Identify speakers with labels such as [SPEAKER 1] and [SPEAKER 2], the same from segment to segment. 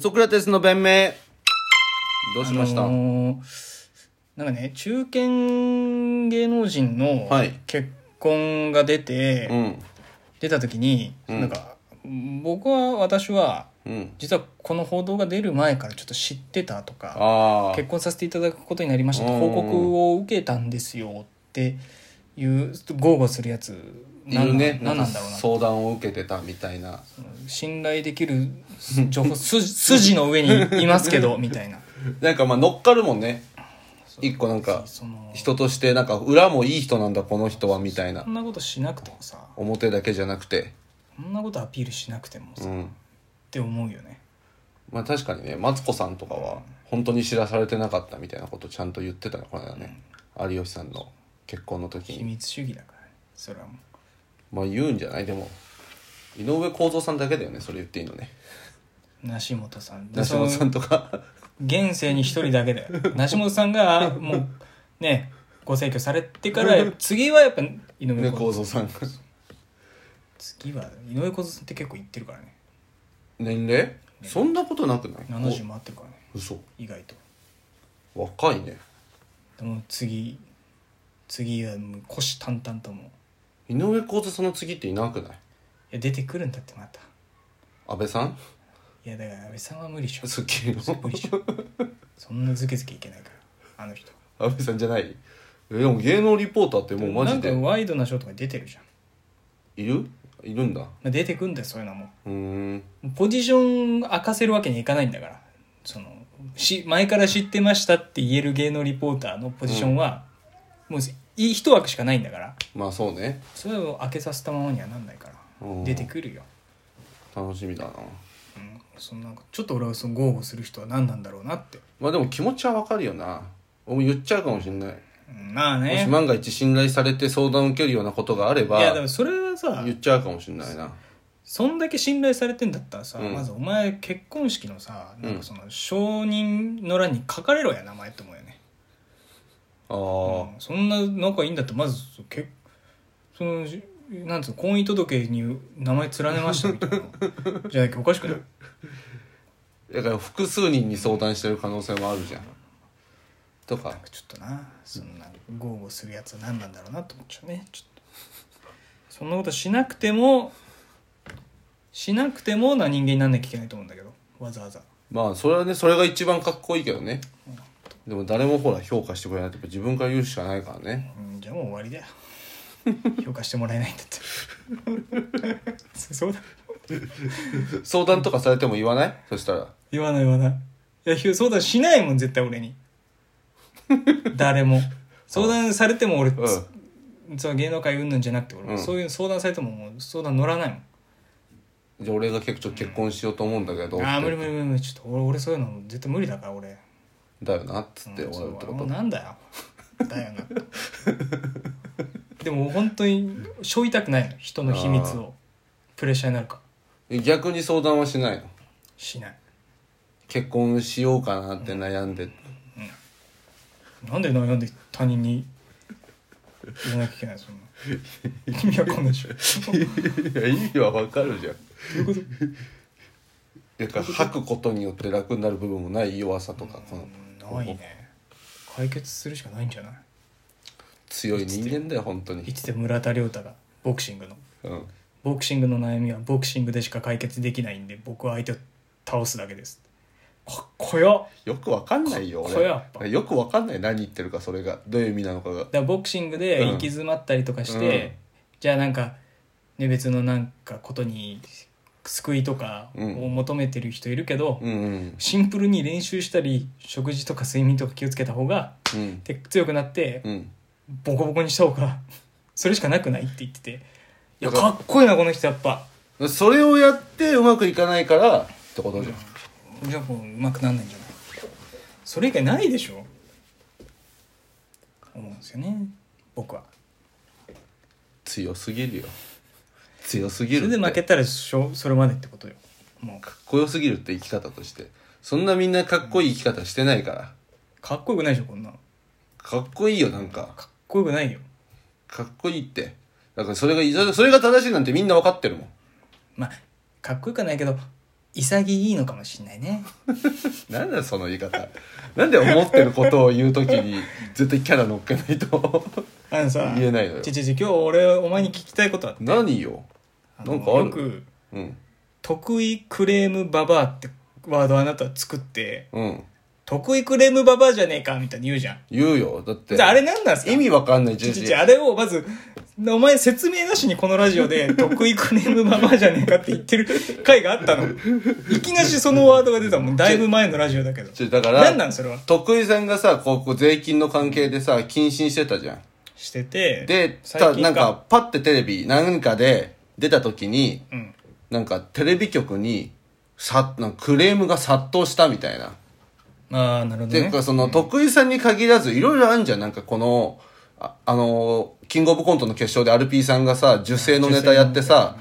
[SPEAKER 1] ソクラテスの弁明どうしました、
[SPEAKER 2] あのーなんかね中堅芸能人の
[SPEAKER 1] はい
[SPEAKER 2] 結婚が出て、
[SPEAKER 1] うん
[SPEAKER 2] 出た時に、
[SPEAKER 1] うん
[SPEAKER 2] なんか僕は私は
[SPEAKER 1] うん
[SPEAKER 2] 実はこの報道が出る前からちょっと知ってたとか
[SPEAKER 1] ああ
[SPEAKER 2] 結婚させていただくことになりましたと
[SPEAKER 1] うん
[SPEAKER 2] 報告を受けたんですよっていう豪語するやつないん
[SPEAKER 1] るね
[SPEAKER 2] なん
[SPEAKER 1] か
[SPEAKER 2] なんだろうな
[SPEAKER 1] 相談を受けてたみたいな
[SPEAKER 2] 信頼できる 情報筋筋の上にいますけどみた いな
[SPEAKER 1] なんかまあ乗っかるもんね一個なんか
[SPEAKER 2] その
[SPEAKER 1] 人としてなんか裏もいい人なんだこの人はみたいな
[SPEAKER 2] そんなことしなくてもさ
[SPEAKER 1] 表だけじゃなくて
[SPEAKER 2] そんなことアピールしなくてもさ、
[SPEAKER 1] う
[SPEAKER 2] っ
[SPEAKER 1] ん
[SPEAKER 2] て思うよね
[SPEAKER 1] まあ確かにねマツコさんとかは本当に知らされてなかったみたいなことちゃんと言ってたのこの間ね、有吉さんの結婚の時
[SPEAKER 2] 秘
[SPEAKER 1] に
[SPEAKER 2] 密主義だからねそれはもう
[SPEAKER 1] まあ言うんじゃないでも井上公造さんだけだよねそれ言っていいのね
[SPEAKER 2] 梨本さんで
[SPEAKER 1] 梨本さんとか
[SPEAKER 2] その現世に一人だけだよ 梨本さんがもうねご逝去されてから次はやっぱ井上
[SPEAKER 1] ね
[SPEAKER 2] 公
[SPEAKER 1] 公
[SPEAKER 2] 造
[SPEAKER 1] 造さん
[SPEAKER 2] 次は井上公造さんって結構言ってるからね
[SPEAKER 1] 年齢そんなことなくない
[SPEAKER 2] 70もあってるからね
[SPEAKER 1] お嘘
[SPEAKER 2] 意外と
[SPEAKER 1] 若いね
[SPEAKER 2] でも次次はもう虎視眈々ともうい
[SPEAKER 1] 井上公造さんの次っていなくない
[SPEAKER 2] や出てくるんだってまた
[SPEAKER 1] 安倍さん
[SPEAKER 2] いやだから安倍さんは無理でしょ
[SPEAKER 1] すっげえの
[SPEAKER 2] 無理でしょそんなズケズケいけないからあの人
[SPEAKER 1] 安倍さんじゃないえでも芸能リポーターってもうマジで
[SPEAKER 2] なんかワイドなショーとか出てるじゃん
[SPEAKER 1] いるいるんだ
[SPEAKER 2] まあ出てくんだよそういうのはも
[SPEAKER 1] うーん
[SPEAKER 2] うポジション明かせるわけにいかないんだからそのし前から知ってましたって言える芸能リポーターのポジションは、もうい一枠しかないんだから
[SPEAKER 1] まあそうね
[SPEAKER 2] それを開けさせたままにはなんないから
[SPEAKER 1] うん
[SPEAKER 2] 出てくるよ、
[SPEAKER 1] 楽しみだな
[SPEAKER 2] うん、そのなんかちょっと俺はその豪語する人は何なんだろうなって、
[SPEAKER 1] まあでも気持ちはわかるよな俺も言っちゃうかもしんない、
[SPEAKER 2] うんまあ
[SPEAKER 1] もし
[SPEAKER 2] ね
[SPEAKER 1] 万が一信頼されて相談を受けるようなことがあれば
[SPEAKER 2] いやでもそれはさ
[SPEAKER 1] 言っちゃうかもしんないな
[SPEAKER 2] そんだけ信頼されてんだったらさ、
[SPEAKER 1] うん
[SPEAKER 2] まずお前結婚式のさなん
[SPEAKER 1] うん
[SPEAKER 2] かその承認の欄に書かれろや名前って思うよね、
[SPEAKER 1] あー
[SPEAKER 2] うんそんな仲いいんだったらまずけそのしなんつうの婚姻届に名前連ねましたみたいなじゃなきゃおかしくない
[SPEAKER 1] だから複数人に相談してる可能性もあるじゃんとか
[SPEAKER 2] ちょっとなそんな豪語するやつは何なんだろうなと思っちゃうねちょっとそんなことしなくてもしなくてもな人間になんなきゃいけないと思うんだけどわざわざ
[SPEAKER 1] まあそれはねそれが一番かっこいいけどねでも誰もほら評価してくれないとやっぱ自分から言うしかないからね
[SPEAKER 2] うんじゃあもう終わりだよ評価してもらえないんだって そうだ
[SPEAKER 1] 相談とかされても言わないそしたら
[SPEAKER 2] 言わない言わないいやひゅ相談しないもん絶 対俺に誰も相談されても俺、
[SPEAKER 1] うん
[SPEAKER 2] その芸能界うんぬんじゃなくて俺、
[SPEAKER 1] うん
[SPEAKER 2] そういう相談されてももう相談乗らないもん
[SPEAKER 1] じゃあ俺が結構結婚しようと思うんだけど、
[SPEAKER 2] ああ
[SPEAKER 1] って
[SPEAKER 2] 無理無理無理無理ちょっと俺俺そういうの絶対無理だから俺
[SPEAKER 1] だよなっつって
[SPEAKER 2] うん
[SPEAKER 1] 終わるって
[SPEAKER 2] そう
[SPEAKER 1] こと、
[SPEAKER 2] もうなんだよだよなでも本当にしょいたくないの人の秘密をプレッシャーになるから
[SPEAKER 1] 逆に相談はしないの
[SPEAKER 2] しない
[SPEAKER 1] 結婚しようかなって悩んで、
[SPEAKER 2] なんで悩んで他人に言わなきゃいけないそん な意味わかんないでしょど
[SPEAKER 1] いや意味はわかるじゃん
[SPEAKER 2] ういうこと
[SPEAKER 1] だから吐くことによって楽になる部分もない弱さとかこの
[SPEAKER 2] うんないね解決するしかないんじゃない
[SPEAKER 1] 強い人間だよ本当に
[SPEAKER 2] いつでも村田亮太がボクシングの
[SPEAKER 1] うん
[SPEAKER 2] ボクシングの悩みはボクシングでしか解決できないんで僕は相手を倒すだけですかっこよ
[SPEAKER 1] よくわかんないよ
[SPEAKER 2] かっこ
[SPEAKER 1] 俺
[SPEAKER 2] よやっぱ
[SPEAKER 1] よくわかんない何言ってるかそれがどういう意味なのかが
[SPEAKER 2] だからボクシングで行き詰まったりとかして、
[SPEAKER 1] うん
[SPEAKER 2] じゃあなんか、ね、別のなんかことに救いとかを求めてる人いるけど、
[SPEAKER 1] うんうん
[SPEAKER 2] シンプルに練習したり食事とか睡眠とか気をつけた方が
[SPEAKER 1] うん
[SPEAKER 2] で強くなって
[SPEAKER 1] うん
[SPEAKER 2] ボコボコにした方がそれしかなくないって言ってていや
[SPEAKER 1] だから
[SPEAKER 2] かっこいいなこの人やっぱ
[SPEAKER 1] それをやってうまくいかないからってことじゃん
[SPEAKER 2] じゃあもううまくなんないんじゃないそれ以外ないでしょ思うんですよね僕は
[SPEAKER 1] 強すぎるよ強す
[SPEAKER 2] そ
[SPEAKER 1] ぎる
[SPEAKER 2] れ
[SPEAKER 1] って
[SPEAKER 2] で負けたらしょそれまでってことよも
[SPEAKER 1] かっこよすぎるって生き方としてそんなみんなかっこいい生き方してないから
[SPEAKER 2] うかっこよくないでしょこんなの
[SPEAKER 1] かっこいいよなんか
[SPEAKER 2] かっこよくないよ
[SPEAKER 1] かっこいいってだからそれがそれそれが正しいなんてみんな分かってるもん
[SPEAKER 2] まあかっこよくはないけど潔いのかもしんないね
[SPEAKER 1] なんだよその言い方なんで思ってることを言う時に絶対キャラ乗っけないと
[SPEAKER 2] あのさ
[SPEAKER 1] 言えないのよ
[SPEAKER 2] ちょちょちょ今日俺お前に聞きたいことあって
[SPEAKER 1] 何よ
[SPEAKER 2] あの
[SPEAKER 1] なんかある
[SPEAKER 2] よく
[SPEAKER 1] うん
[SPEAKER 2] 得意クレームババアってワードあなた作って
[SPEAKER 1] うん
[SPEAKER 2] 得意クレームババアじゃねえかみたいに言うじゃん
[SPEAKER 1] 言うよだって
[SPEAKER 2] じゃああれ何なんすか
[SPEAKER 1] 意味わかんない
[SPEAKER 2] ち
[SPEAKER 1] ジ
[SPEAKER 2] ょ
[SPEAKER 1] ジ
[SPEAKER 2] ち
[SPEAKER 1] イ
[SPEAKER 2] ょちょあれをまずお前説明なしにこのラジ オで「得意クレームババアじゃねえか」って言ってる回があったのいきなしそのワードが出たもんだいぶ前のラジオだけど
[SPEAKER 1] ちょだから
[SPEAKER 2] 何なんそれは
[SPEAKER 1] 徳井さんがさこうこう税金の関係でさ謹慎してたじゃん
[SPEAKER 2] してて
[SPEAKER 1] でた
[SPEAKER 2] 最近
[SPEAKER 1] なんかパッてテレビなんかで出た時に
[SPEAKER 2] うん
[SPEAKER 1] なんかテレビ局にさなんかクレームが殺到したみたいな
[SPEAKER 2] ああなる
[SPEAKER 1] っ
[SPEAKER 2] ほど
[SPEAKER 1] てい
[SPEAKER 2] ね
[SPEAKER 1] うかその徳井さんに限らずいろいろあるじゃんなんかこのああのーキングオブコントの決勝でアルピーさんがさ受精のネタやってさ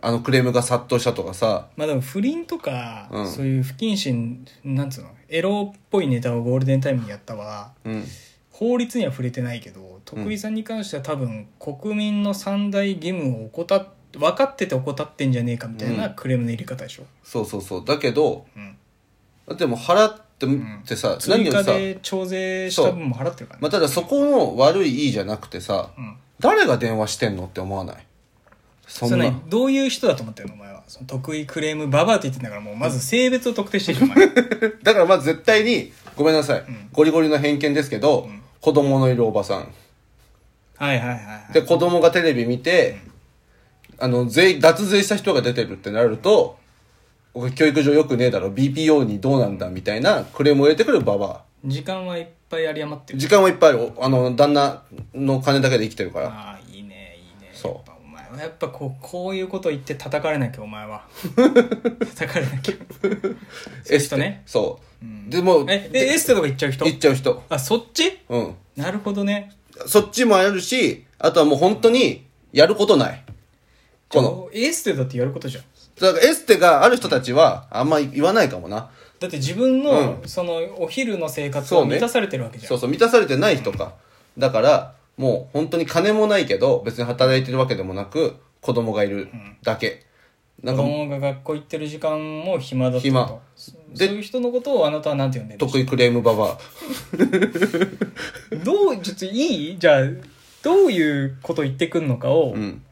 [SPEAKER 1] あのクレームが殺到したとかさ
[SPEAKER 2] まあでも不倫とか、
[SPEAKER 1] うん
[SPEAKER 2] そういう不謹慎なんつうのエロっぽいネタをゴールデンタイムにやったは
[SPEAKER 1] うん
[SPEAKER 2] 法律には触れてないけど徳井さんに関しては多分国民の三大義務を怠っ分かってて怠ってんじゃねえかみたいなクレームの入れ方でしょ、
[SPEAKER 1] そうそうそうだけど
[SPEAKER 2] うん
[SPEAKER 1] だってもう払って
[SPEAKER 2] ん
[SPEAKER 1] ってさ、何
[SPEAKER 2] 追
[SPEAKER 1] よ
[SPEAKER 2] 加
[SPEAKER 1] りさ、
[SPEAKER 2] で徴税した分も払ってるから
[SPEAKER 1] まあ、
[SPEAKER 2] ね
[SPEAKER 1] ただそこの悪いいいじゃなくてさ、
[SPEAKER 2] うん
[SPEAKER 1] 誰が電話してんのって思わないそ
[SPEAKER 2] そ
[SPEAKER 1] んな
[SPEAKER 2] れ何どういう人だと思ってるのお前はその得意クレームババアって言ってんだからもうまず性別を特定してるじゃ んお前
[SPEAKER 1] だからまあ絶対にごめんなさい、
[SPEAKER 2] ん
[SPEAKER 1] ゴリゴリの偏見ですけど、
[SPEAKER 2] ん
[SPEAKER 1] 子供のいるおばさん
[SPEAKER 2] はいはいはいはい
[SPEAKER 1] で子供がテレビ見て、あの税脱税した人が出てるってなると、おい教育上よくねえだろ BPO にどうなんだみたいなクレームを入れてくるババ
[SPEAKER 2] 時間はいっぱいあり余ってる
[SPEAKER 1] 時間はいっぱいあるおあの旦那の金だけで生きてるから
[SPEAKER 2] ああいいねいいね
[SPEAKER 1] そう
[SPEAKER 2] やっぱお前はやっぱこうこういうこと言って叩かれなきゃお 前は叩かれなきゃそうい
[SPEAKER 1] エ
[SPEAKER 2] う
[SPEAKER 1] ス
[SPEAKER 2] 人
[SPEAKER 1] テ
[SPEAKER 2] ね
[SPEAKER 1] そう、でもう
[SPEAKER 2] えでエステとか行っちゃう人
[SPEAKER 1] 行っちゃう人
[SPEAKER 2] あそっち
[SPEAKER 1] うん
[SPEAKER 2] なるほどね
[SPEAKER 1] そっちもあるし、あとはもう本当にやることない。この。
[SPEAKER 2] じゃあエステだってやることじゃん
[SPEAKER 1] だからエステがある人たちはあんま言わないかもな。
[SPEAKER 2] だって自分の、
[SPEAKER 1] う
[SPEAKER 2] そのお昼の生活
[SPEAKER 1] そう
[SPEAKER 2] を
[SPEAKER 1] ね
[SPEAKER 2] 満たされてるわけじゃん
[SPEAKER 1] そうそう、満たされてない人か。だから、もう本当に金もないけど、別に働いてるわけでもなく、子供がいるだけ。なん
[SPEAKER 2] 子
[SPEAKER 1] か、
[SPEAKER 2] 供が学校行ってる時間も暇だった
[SPEAKER 1] 暇
[SPEAKER 2] とそそう
[SPEAKER 1] で
[SPEAKER 2] いう人のことをあなたはなんて呼んでる
[SPEAKER 1] 得意クレームババ
[SPEAKER 2] どうちょっといいじゃあどういうこと言ってくんのかを、
[SPEAKER 1] ア。うん。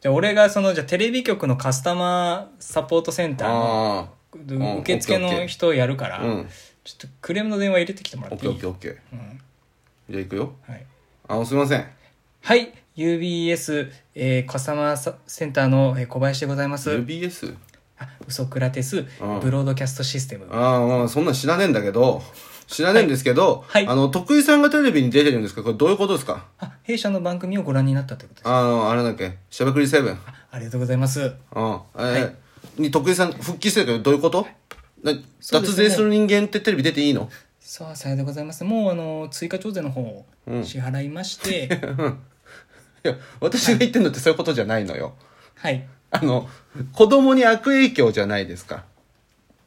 [SPEAKER 2] じゃあ俺がそのじゃあテレビ局のカスタマーサポートセンターの
[SPEAKER 1] あん
[SPEAKER 2] 受付
[SPEAKER 1] オッケーオッケ
[SPEAKER 2] の
[SPEAKER 1] ー
[SPEAKER 2] 人をやるか
[SPEAKER 1] あ
[SPEAKER 2] ら、
[SPEAKER 1] ー。うん。
[SPEAKER 2] ちょっとクレームの電話入れてきてもら
[SPEAKER 1] オ
[SPEAKER 2] っ
[SPEAKER 1] ッ
[SPEAKER 2] て
[SPEAKER 1] ケ
[SPEAKER 2] い
[SPEAKER 1] ーオ
[SPEAKER 2] い
[SPEAKER 1] ッケーオッケー。
[SPEAKER 2] うん
[SPEAKER 1] じゃあ行くよ。
[SPEAKER 2] はい、
[SPEAKER 1] あの、すいません。
[SPEAKER 2] はい、UBS、えーカスタマーサセンターの、えー小林でございます。
[SPEAKER 1] UBS?
[SPEAKER 2] あウソクラテス、
[SPEAKER 1] ん
[SPEAKER 2] ブロードキャストシステム。
[SPEAKER 1] ああ、まあ、そんなん知らねえんだけど、知らねえんですけど、
[SPEAKER 2] はいはい
[SPEAKER 1] あの、徳井さんがテレビに出てるんですけど、これどういうことですか
[SPEAKER 2] あ、弊社の番組をご覧になったということです。
[SPEAKER 1] あの、あれだっけ、しゃべくりセブン。うん。
[SPEAKER 2] あありがとうございます。
[SPEAKER 1] え
[SPEAKER 2] は
[SPEAKER 1] ーに、徳井さん復帰してるけど、どういうことな
[SPEAKER 2] そうで
[SPEAKER 1] 脱
[SPEAKER 2] すね
[SPEAKER 1] 税する人間ってテレビ出ていいの
[SPEAKER 2] さあ、さようでございます。もう、あの、追加徴税の方を支払いまして、
[SPEAKER 1] いや、私が言ってんのってそういうことじゃないのよ。
[SPEAKER 2] はい。
[SPEAKER 1] あの、子供に悪影響じゃないですか。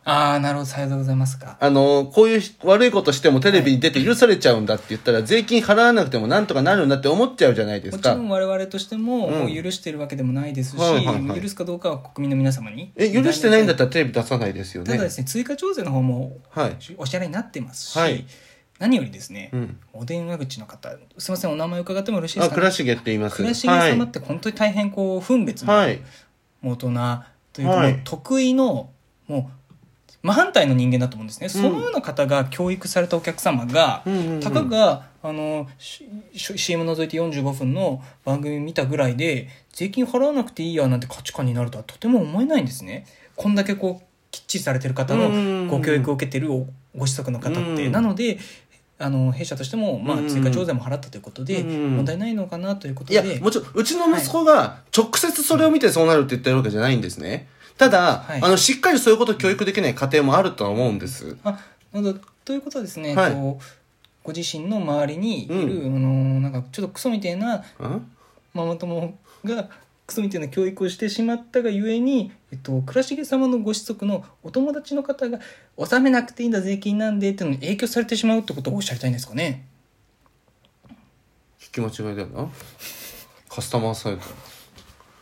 [SPEAKER 2] ああ、なるほど、さようでございますか。
[SPEAKER 1] あの、こういうひ悪いことしてもテレビに出て許されちゃうんだって言ったら、税金払わなくてもなんとかなるんだって思っちゃうじゃないで
[SPEAKER 2] も
[SPEAKER 1] す
[SPEAKER 2] ちろ
[SPEAKER 1] か。
[SPEAKER 2] ん我々としても、
[SPEAKER 1] うん
[SPEAKER 2] もう許してるわけでもないですし、
[SPEAKER 1] はいはいはい
[SPEAKER 2] 許すかどうかは国民の皆様に。
[SPEAKER 1] え、許してないんだっ
[SPEAKER 2] ら。
[SPEAKER 1] たらテレビ出さないですよね。
[SPEAKER 2] ただですね、追加徴税の方も
[SPEAKER 1] はい。
[SPEAKER 2] お支払いになってますし、
[SPEAKER 1] はい
[SPEAKER 2] 何よりですね、
[SPEAKER 1] うん
[SPEAKER 2] お電話口の方すみませんお名前伺ってもよろしいで
[SPEAKER 1] あ、
[SPEAKER 2] すか、ね、
[SPEAKER 1] 倉重って言います。
[SPEAKER 2] 倉重様って本当に大変こう分別の
[SPEAKER 1] はい。はい。
[SPEAKER 2] 大人というか、
[SPEAKER 1] はい
[SPEAKER 2] もう得意のもう真反対の人間だと思うんですね、そのような方が教育されたお客様が、
[SPEAKER 1] うんうんうん
[SPEAKER 2] たかがあのしし CM 除いて45分の番組見たぐらいで税金払わなくていいやなんて価値観になるとはとても思えないんですね。こんだけこうきっちりされてる方
[SPEAKER 1] うんうんう
[SPEAKER 2] の
[SPEAKER 1] ん
[SPEAKER 2] ご教育を受けてるおご子息の方って、
[SPEAKER 1] うん
[SPEAKER 2] なのであの弊社としても、まあ
[SPEAKER 1] うんう、ん
[SPEAKER 2] 追加徴税も払ったということで、
[SPEAKER 1] うんうん
[SPEAKER 2] 問題ないのかなということ
[SPEAKER 1] い
[SPEAKER 2] で
[SPEAKER 1] や、もちろん、うちの息子が直接それを見てそうなるって言ってるわけじゃないんですね。ただ、
[SPEAKER 2] はい
[SPEAKER 1] あの、しっかりそういうことを教育できない家庭もあるとは思うんです。
[SPEAKER 2] あなのでということはですね、
[SPEAKER 1] はい
[SPEAKER 2] こうご自身の周りにいる、あのなんかちょっとクソみたいなんママ友がクソみたいな教育をしてしまったがゆえに、えっと、倉重様のご子息のお友達の方が納めなくていいんだ税金なんでっていうのに影響されてしまうってことをおっしゃりたいんですかね
[SPEAKER 1] 聞き間違いだよな。カスタマーサイト。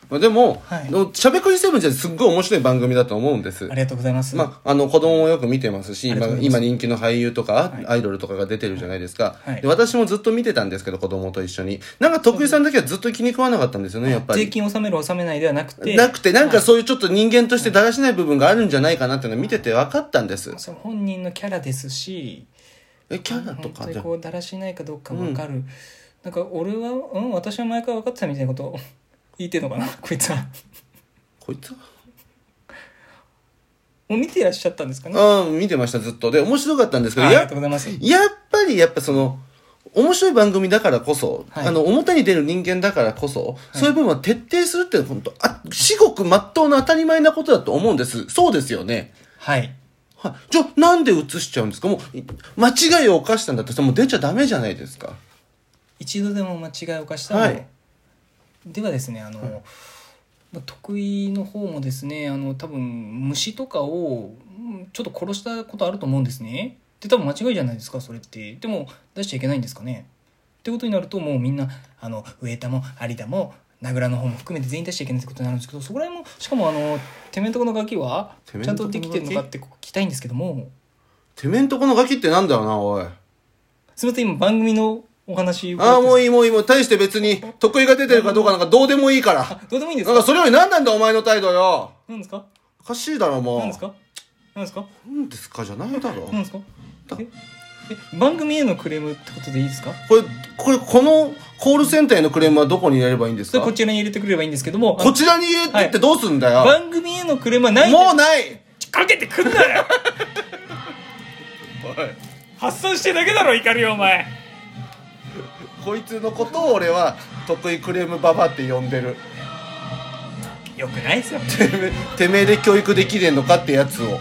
[SPEAKER 1] まあ、でも、
[SPEAKER 2] はい
[SPEAKER 1] でもしゃべくりセブンじゃすっごい面白い番組だと思うんです
[SPEAKER 2] ありがとうございます、
[SPEAKER 1] まあ、あの子供もよく見てますし
[SPEAKER 2] ありが
[SPEAKER 1] 今
[SPEAKER 2] とうございます
[SPEAKER 1] 今人気の俳優とか、
[SPEAKER 2] い
[SPEAKER 1] アイドルとかが出てるじゃないですか、
[SPEAKER 2] はい
[SPEAKER 1] で私もずっと見てたんですけど子供と一緒になんか徳井さんだけはずっと気に食わなかったんですよねやっぱ
[SPEAKER 2] 税
[SPEAKER 1] り
[SPEAKER 2] 金納める納めないではなくて
[SPEAKER 1] なくてなんかそういうちょっと人間としてだらしない部分があるんじゃないかなっていうのを見てて分かったんです
[SPEAKER 2] その本人のキャラですし
[SPEAKER 1] えキャラとか
[SPEAKER 2] 本当
[SPEAKER 1] で
[SPEAKER 2] にこ
[SPEAKER 1] も
[SPEAKER 2] うだらしないかどうか分かる、なんか俺は、うん、私は前から分かってたみたいなことを言ってんのかなこいつは
[SPEAKER 1] こいつは
[SPEAKER 2] もう見てらっしゃったんですかね
[SPEAKER 1] ああ見てましたずっとで面白かったんですけど
[SPEAKER 2] ああり
[SPEAKER 1] や
[SPEAKER 2] がとうございます
[SPEAKER 1] やっぱりやっぱその面白い番組だからこそ、
[SPEAKER 2] はい
[SPEAKER 1] あの表に出る人間だからこそ、そういう部分は徹底するって本当あ至極真っ当な当たり前なことだと思うんですそうですよね
[SPEAKER 2] はい
[SPEAKER 1] はい、じゃあなんで映しちゃうんですかもうい間違いを犯したんだったらもう出ちゃダメじゃないですか
[SPEAKER 2] 一度でも間違いを犯したの、
[SPEAKER 1] はい
[SPEAKER 2] ではですねあの、まあ得意の方もですねあの多分虫とかをうんちょっと殺したことあると思うんですねで多分間違いじゃないですかそれってでも出しちゃいけないんですかねってことになるともうみんなあの上田も有田も名倉の方も含めて全員出しちゃいけないってことになるんですけどそこら辺もしかもあのてめえんとこのガキは
[SPEAKER 1] てめ
[SPEAKER 2] ち
[SPEAKER 1] え
[SPEAKER 2] ゃ
[SPEAKER 1] ん
[SPEAKER 2] ん
[SPEAKER 1] とことのガ
[SPEAKER 2] で
[SPEAKER 1] キ
[SPEAKER 2] きてるのかってここ聞きたいんですけども
[SPEAKER 1] てめえんとこのガキってなんだよなおい
[SPEAKER 2] すみません今番組のお話
[SPEAKER 1] ああもう
[SPEAKER 2] い
[SPEAKER 1] いいもういいもう大して別に得意が出てるかどうかなんかどうでもいいから
[SPEAKER 2] どうでもいいんです
[SPEAKER 1] なん
[SPEAKER 2] か
[SPEAKER 1] かそれより何なんだお前の態度よ
[SPEAKER 2] なんですか
[SPEAKER 1] おかしいだろもう
[SPEAKER 2] なんですかなんですか
[SPEAKER 1] なんですかじゃないだろ、
[SPEAKER 2] なんですか
[SPEAKER 1] だ
[SPEAKER 2] ええ番組へのクレームってことでいいですか
[SPEAKER 1] これこれこのコールセンターへのクレームはどこに入れればいいんです
[SPEAKER 2] それ
[SPEAKER 1] か
[SPEAKER 2] こ
[SPEAKER 1] こ
[SPEAKER 2] ちらに入れてくれればいいんですけどもあの
[SPEAKER 1] ちらに入れてってどうすんだよ、
[SPEAKER 2] 番組へのクレームはないんで
[SPEAKER 1] もうない
[SPEAKER 2] かけてくんなよ発散してるだけだろ怒りをお前
[SPEAKER 1] こいつのことを俺は得意クレームババって呼んでる
[SPEAKER 2] よくないですよ
[SPEAKER 1] てめえてめえで教育できねえのかってやつを